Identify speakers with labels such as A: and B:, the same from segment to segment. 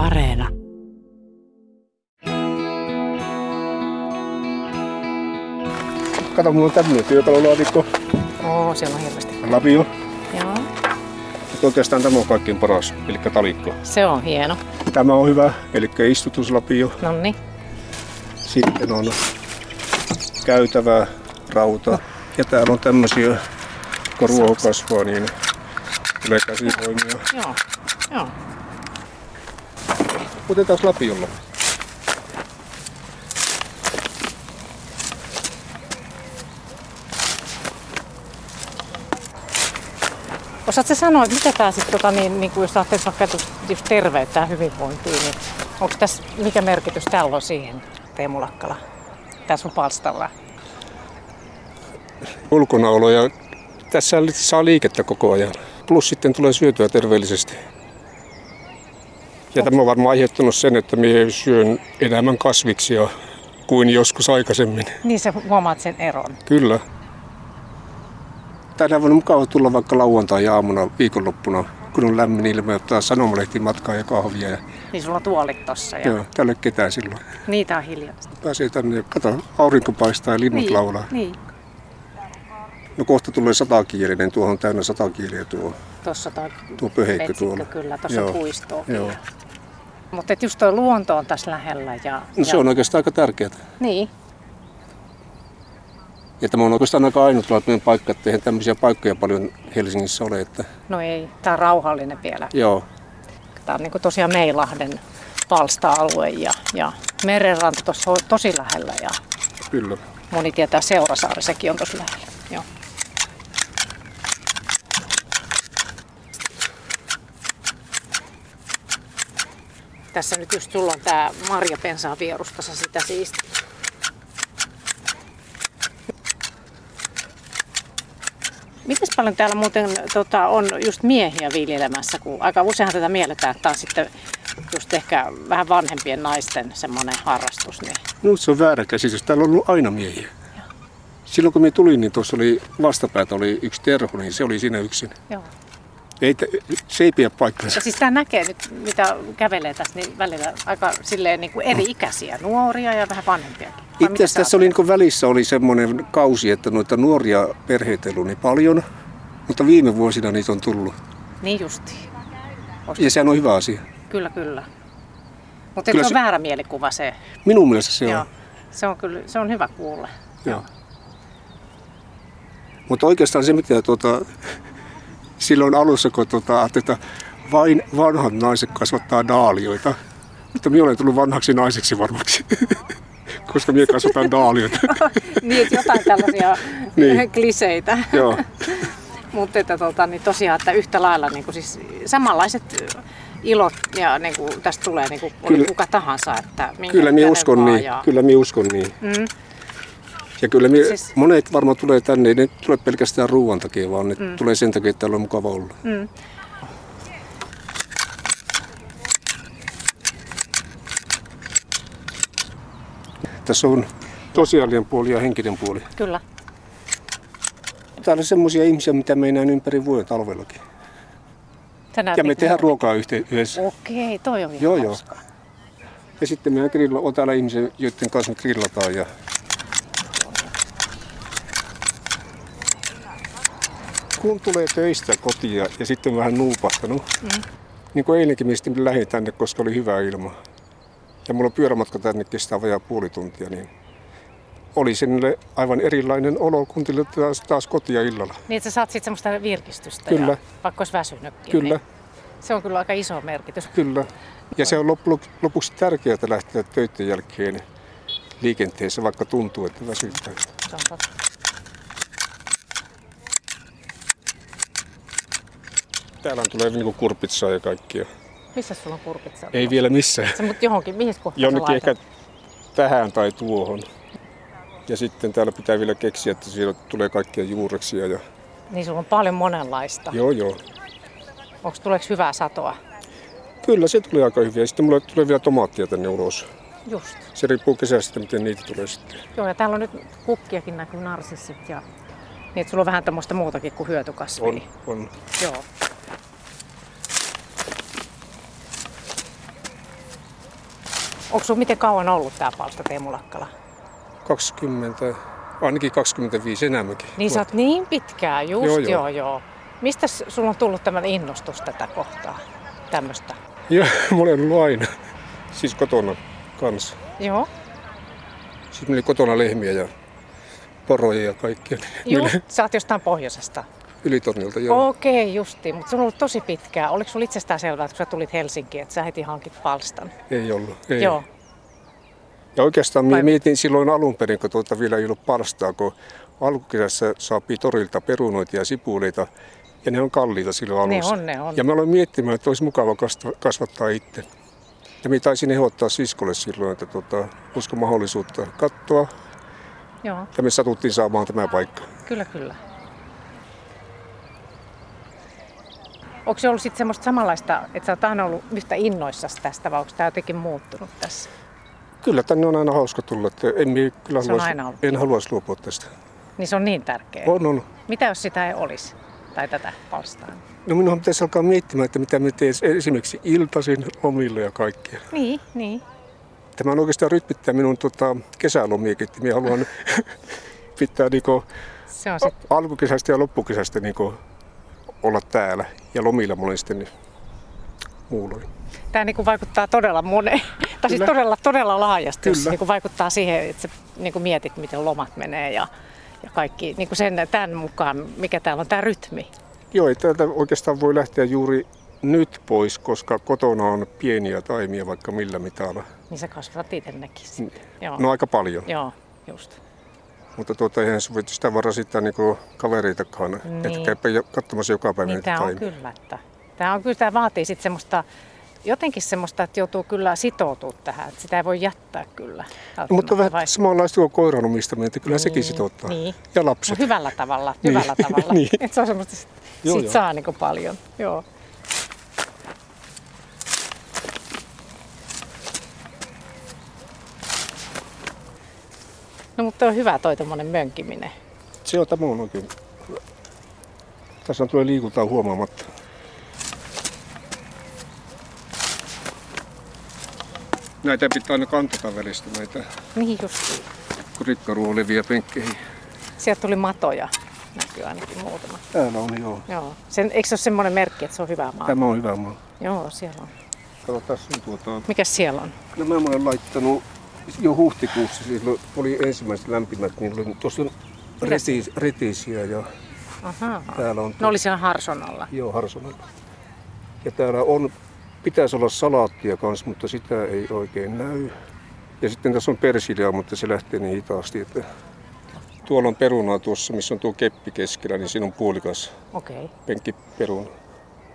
A: Areena.
B: Kato, mulla on tämmöinen työkalulaatikko,
A: Oo, siellä on hirveästi.
B: lapio.
A: Joo.
B: Nyt Oikeastaan tämä on kaikkein paras, eli talikko.
A: Se on hieno.
B: Tämä on hyvä, eli istutuslapio.
A: Nonni.
B: Sitten on käytävää rauta. Ja täällä on tämmöisiä, kun ruoho kasvaa, niin tulee käsivoimia.
A: Joo. Joo.
B: Otetaan lapiolla.
A: Osaatko sanoa, että mitä tämä sitten, tota, niin, niin kuin jos ajattelet vaikka että just terveyttä ja hyvinvointia, niin onko tässä, mikä merkitys tällä on siihen, Teemu Lakkala, tässä sun palstalla?
B: Ulkonaolo ja tässä saa liikettä koko ajan. Plus sitten tulee syötyä terveellisesti. Ja tämä on varmaan aiheuttanut sen, että minä syön enemmän kasviksia kuin joskus aikaisemmin.
A: Niin sä huomaat sen eron.
B: Kyllä. Tänään on mukava tulla vaikka lauantai-aamuna viikonloppuna, kun on lämmin ilma ja ottaa sanomalehti matkaa ja kahvia. Ja,
A: Niin sulla on tuolit tossa ja
B: joo, täällä ei ole ketään silloin.
A: niitä on hiljaista.
B: Pääsee tänne ja kato, aurinko paistaa ja linnut laulaa.
A: niin.
B: No kohta tulee satakielinen, tuohon on täynnä satakieliä tuo,
A: Tuossa toi
B: tuo pöheikkö
A: Petsikkö
B: tuolla.
A: kyllä, tuossa
B: Joo,
A: puistoa
B: Joo.
A: Mutta just tuo luonto on tässä lähellä ja...
B: No se
A: ja,
B: on oikeastaan aika tärkeää.
A: Niin,
B: Ja tämä on oikeastaan aika ainutlaatuinen paikka, että eihän tämmöisiä paikkoja paljon Helsingissä ole. Että,
A: no ei, tää on rauhallinen vielä.
B: joo,
A: Tää on niinku tosiaan Meilahden palsta-alue ja, ja merenranta tuossa on tosi lähellä ja
B: kyllä.
A: moni tietää Seurasaari, sekin on tosi lähellä. Joo. Tässä nyt just sulla on tää marjapensaa vierusta, sä sitä siisti. Miten paljon täällä muuten tota, on just miehiä viljelemässä, kun aika useinhan tätä mielletään, että tämä on sitten just ehkä vähän vanhempien naisten semmoinen harrastus, niin
B: No se on väärä käsitys. Täällä on ollut aina miehiä. Silloin kun minä tulin, niin tuossa oli vastapäätä oli yksi terho, niin se oli siinä yksin.
A: joo.
B: Ei, te- se ei pidä paikkansa.
A: Ja siis tämä näkee nyt, mitä kävelee tässä, niin välillä aika silleen niin kuin eri ikäisiä, nuoria ja vähän vanhempiakin. Vai
B: Itse
A: mitä
B: asiassa
A: sä
B: tässä oli
A: ajattelet?
B: niin välissä oli semmoinen kausi, että noita nuoria perheitä ei ollut niin paljon, mutta viime vuosina niitä on tullut.
A: Niin justiin.
B: Ja sehän on hyvä asia.
A: Kyllä, kyllä. Mutta
B: Kyllä
A: se on
B: se-
A: väärä mielikuva se.
B: Minun mielestä se on.
A: Joo. Se on kyllä, se on hyvä kuulla.
B: Joo. Mutta oikeastaan se, mitä tuota, silloin alussa, kun tuota, ajattelin, että vain vanhat naiset kasvattaa daalioita, mutta minä olen tullut vanhaksi naiseksi varmaksi, koska minä kasvatan daalioita.
A: niin, että jotain tällaisia
B: Niin.
A: kliseitä.
B: Joo,
A: Mutta että tota, niin tosiaan, että yhtä lailla niin kuin siis samanlaiset ilot ja niin kuin, tästä tulee niin kuin, oli
B: Kyllä.
A: kuka tahansa. Että minkä
B: kyllä minä
A: ikäinen
B: uskon
A: vaan
B: niin.
A: Ja...
B: Kyllä minä uskon niin.
A: Mm,
B: Ja kyllä minä,
A: Siis-
B: monet varmaan tulee tänne, ei ne tule pelkästään ruoan takia, vaan ne mm. tulee sen takia, että täällä on mukava olla.
A: mm.
B: Tässä on tosiaalinen puoli ja henkinen puoli.
A: Kyllä.
B: Täällä on semmoisia ihmisiä, mitä me ei näe ympäri vuoden talvellakin.
A: Tänään
B: Ja me tehdään ruokaa yhte- yhdessä.
A: niin. Okei, toi on
B: Joo,
A: joo,
B: joo.
A: joo.
B: Ja sitten meillä grilla, on täällä ihmisiä, joiden kanssa me grillataan. Ja... Kun tulee töistä kotia ja sitten on vähän nuupahtanut, mm. niin kuin eilenkin minä sitten lähdin tänne, koska oli hyvä ilma. Ja mulla pyörämatka tänne kestää vajaa puoli tuntia, niin oli sinne aivan erilainen olo, kun tuli taas, taas kotia illalla.
A: Niin, että sä saat sitten semmoista virkistystä,
B: Kyllä.
A: Ja, vaikka olisi väsynytkin.
B: Kyllä,
A: Niin se on kyllä aika iso merkitys.
B: kyllä. Ja se on loppu, lopuksi tärkeää lähteä töiden jälkeen liikenteessä, vaikka tuntuu, että väsyttää.
A: Se on totta.
B: Täällä on tulee niinku kurpitsaa ja kaikkia.
A: Missä sulla on kurkit Ei.
B: Ei vielä missään.
A: Se, mut johonkin, mihin kohtaan
B: Jonnekin
A: sä
B: ehkä
A: laitat?
B: tähän tai tuohon. Ja sitten täällä pitää vielä keksiä, että siellä tulee kaikkia juureksia. Ja...
A: Niin sulla on paljon monenlaista.
B: Joo, joo.
A: Onko tuleeko hyvää satoa?
B: Kyllä se tulee aika hyviä. Sitten mulle tulee vielä tomaattia tänne ulos.
A: Just.
B: Se riippuu kesästä, miten niitä tulee sitten.
A: Joo, ja täällä on nyt kukkiakin näkyy narsissit ja... Niin, että sulla on vähän tämmöistä muutakin kuin hyötykasvia.
B: On, on.
A: Joo. Onko sinulla miten kauan ollut tämä palsta Teemulakkala?
B: 20, ainakin 25 enemmänkin.
A: Niin sä oot niin pitkää, just joo
B: Joo,
A: joo.
B: joo.
A: joo, joo. Mistä s- sulla on tullut tämän innostus tätä kohtaa, tämmöistä?
B: Joo, mulla on ollut aina. Siis kotona kanssa.
A: Joo,
B: Siis meillä oli kotona lehmiä ja poroja ja kaikkia.
A: Juu,
B: Niillä
A: sä oot jostain pohjoisesta.
B: Ylitornilta, joo.
A: Okei, okay, justiin, mutta sulla on ollut tosi pitkää. Oliko sulla itsestään selvää, että kun sä tulit Helsinkiin, että sä heti hankit palstan?
B: Ei ollut. Ei.
A: Joo,
B: Ja oikeastaan
A: Vai-
B: minä mietin silloin alun perin, kun tuota vielä ei ollut palstaa, kun alkukesässä saapii torilta perunoita ja sipuleita, ja ne on kalliita silloin
A: Ne
B: alussa.
A: on, ne on.
B: Ja mä aloin miettimään, että olisi mukava kasta- kasvattaa itse. Ja minä taisin ehdottaa siskolle silloin, että tuota, olisiko mahdollisuutta katsoa,
A: joo,
B: ja me satuttiin saamaan tämä paikka.
A: kyllä, kyllä. Onko se ollut sitten semmoista samanlaista, että sä oot aina ollut yhtä innoissasi tästä, vai onko tämä jotenkin muuttunut tässä?
B: Kyllä tänne on aina hauska tulla, että en, minä kyllä
A: Se on
B: haluaisi,
A: aina ollut.
B: en haluaisi luopua tästä.
A: Niin se on niin tärkeää.
B: On, on.
A: Mitä jos sitä ei olisi? Tai tätä palstaa?
B: No minunhan pitäisi alkaa miettimään, että mitä me teen esimerkiksi iltaisin lomille ja kaikkea.
A: Niin, niin.
B: Tämä on oikeastaan rytmittää minun tota, kesälomiakin, että minä haluan pitää niinku,
A: Se on sitten,
B: alkukesästä ja loppukesästä niinku, olla täällä. Ja lomilla mä olen sitten muulloin.
A: tämä niinku vaikuttaa todella moneen, tai siis
B: Kyllä.
A: todella, todella laajasti, jos
B: Kyllä.
A: niinku vaikuttaa siihen, että sä niinku mietit, miten lomat menee ja, ja kaikki niinku sen, tämän mukaan, mikä täällä on tämä rytmi.
B: Joo, ei täältä oikeastaan voi lähteä juuri nyt pois, koska kotona on pieniä taimia vaikka millä mitalla.
A: Niin sä kasvatat itse nekin sitten. Joo.
B: No aika paljon,
A: Ah. Joo, just.
B: mutta tuota, eihän se voi sitä varaa sitten niinku kavereitakaan,
A: Niin.
B: niin. että käypä jo- katsomassa joka päivä
A: Niin
B: niitä
A: tämä on
B: taimia.
A: kyllä, että tämä on kyllä, tämä vaatii sitten semmoista, jotenkin semmoista, että joutuu kyllä sitoutua tähän, että sitä ei voi jättää kyllä.
B: No, mutta vähän
A: Vai-
B: samanlaista kuin koiran omistaminen, että kyllä sekin
A: Niin,
B: sitouttaa.
A: niin.
B: Ja lapset.
A: No hyvällä tavalla,
B: Niin.
A: hyvällä tavalla.
B: Niin.
A: Et se on semmoista, sit,
B: Joo,
A: siitä
B: joo.
A: saa niin paljon. Joo. No mutta on hyvä toi tommonen mönkiminen.
B: Se on tämä on oikein. Tässä tulee liikuntaa huomaamatta. Näitä pitää aina kantata välistä, näitä
A: Niin justiin.
B: rikkaruun oleviä penkkejä.
A: Sieltä tuli matoja. Näkyy ainakin muutama.
B: Täällä on joo.
A: Joo. Sen, eikö se ole semmoinen merkki, että se on hyvä maa?
B: Tämä on hyvä maa.
A: Joo, siellä on.
B: Kato, tässä on tuota...
A: Mikä siellä on?
B: No mä olen laittanut jo huhtikuussa, silloin oli ensimmäiset lämpimät, niin oli tuossa reti, retisiä ja
A: Ahaa.
B: täällä on...
A: No oli siellä Harson alla.
B: Joo, Harsonen. Ja täällä on, pitäisi olla salaattia kanssa, mutta sitä ei oikein näy. Ja sitten tässä on persiljaa, mutta se lähtee niin hitaasti, että... Tuolla on perunaa tuossa, missä on tuo keppi keskellä, niin siinä on puolikas
A: Okei, okay.
B: penkkiperuna.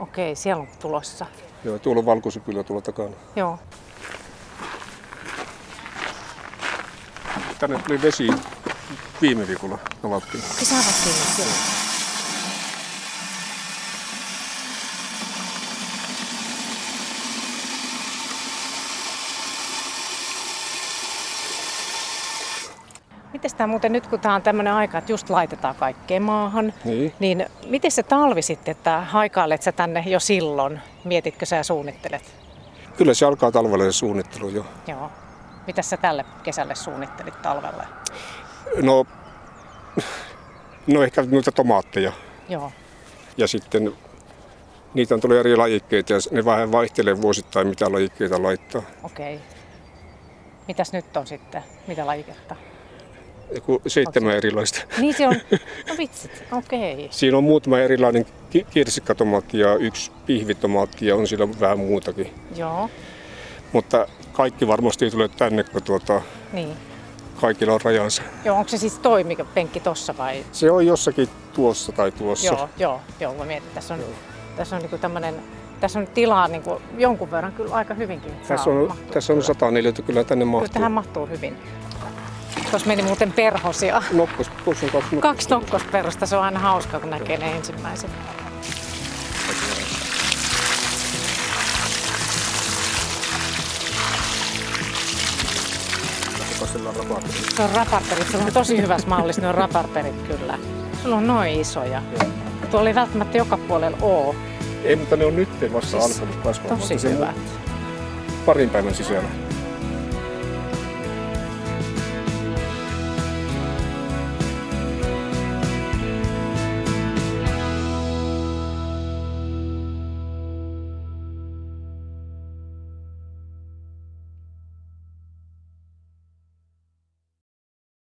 A: okei, okay, siellä on tulossa.
B: Joo, ja tuolla on valkosipylä tuolla takana.
A: Joo.
B: Tänne tuli vesi viime viikolla avattiin.
A: Siis avattiin nyt, joo. Miten tämä muuten nyt, kun tämä on tämmöinen aika, että just laitetaan kaikkea maahan,
B: Niin.
A: niin miten se talvi sitten, että haikailet sä tänne jo silloin? Mietitkö sä ja suunnittelet?
B: Kyllä se alkaa talvella se suunnittelu jo.
A: Joo. Mitä sä tälle kesälle suunnittelit talvella?
B: No, no ehkä noita tomaatteja.
A: Joo.
B: Ja sitten niitä on tullut eri lajikkeita ja ne vähän vaihtelee vuosittain, mitä lajikkeita laittaa.
A: Okei. Mitäs nyt on sitten? Mitä lajiketta?
B: Joku seitsemän erilaista.
A: Niin se on. No vitsit, okei. Okay.
B: Siinä on muutama erilainen ki- kirsikkatomaatti ja yksi pihvitomaatti ja on siellä vähän muutakin.
A: Joo,
B: Mutta kaikki varmasti ei tule tänne, kun tuota,
A: niin.
B: kaikilla on rajansa.
A: Joo, onko se siis toi mikä penkki tossa vai?
B: Se on jossakin tuossa tai tuossa.
A: Joo, joo, joo. Mä mietin, tässä on, tässä on niinku tämmönen, tässä on tilaa niinku jonkun verran kyllä aika hyvinkin. että
B: Tässä
A: saa
B: on,
A: mahtua
B: tässä on
A: kyllä.
B: 140, kyllä tänne
A: Kyllä
B: mahtuu.
A: tähän mahtuu hyvin. Tuossa meni muuten perhosia.
B: Nokkos, No, tuossa on kaksi, nokkosta.
A: Kaksi nokkosperhosta, se on aina hauskaa, kun näkee ne ensimmäiset.
B: Jokaisella on rapaattu.
A: Se on raparperit, sulla on tosi hyvässä mallissa ne on raparperit kyllä. Sulla on noin isoja. Tuolla ei välttämättä joka puolella oo.
B: Ei, mutta ne on nyt vasta
A: Siis
B: alkanut kasvamaan.
A: Tosi
B: Se on
A: hyvät.
B: Parin päivän sisällä.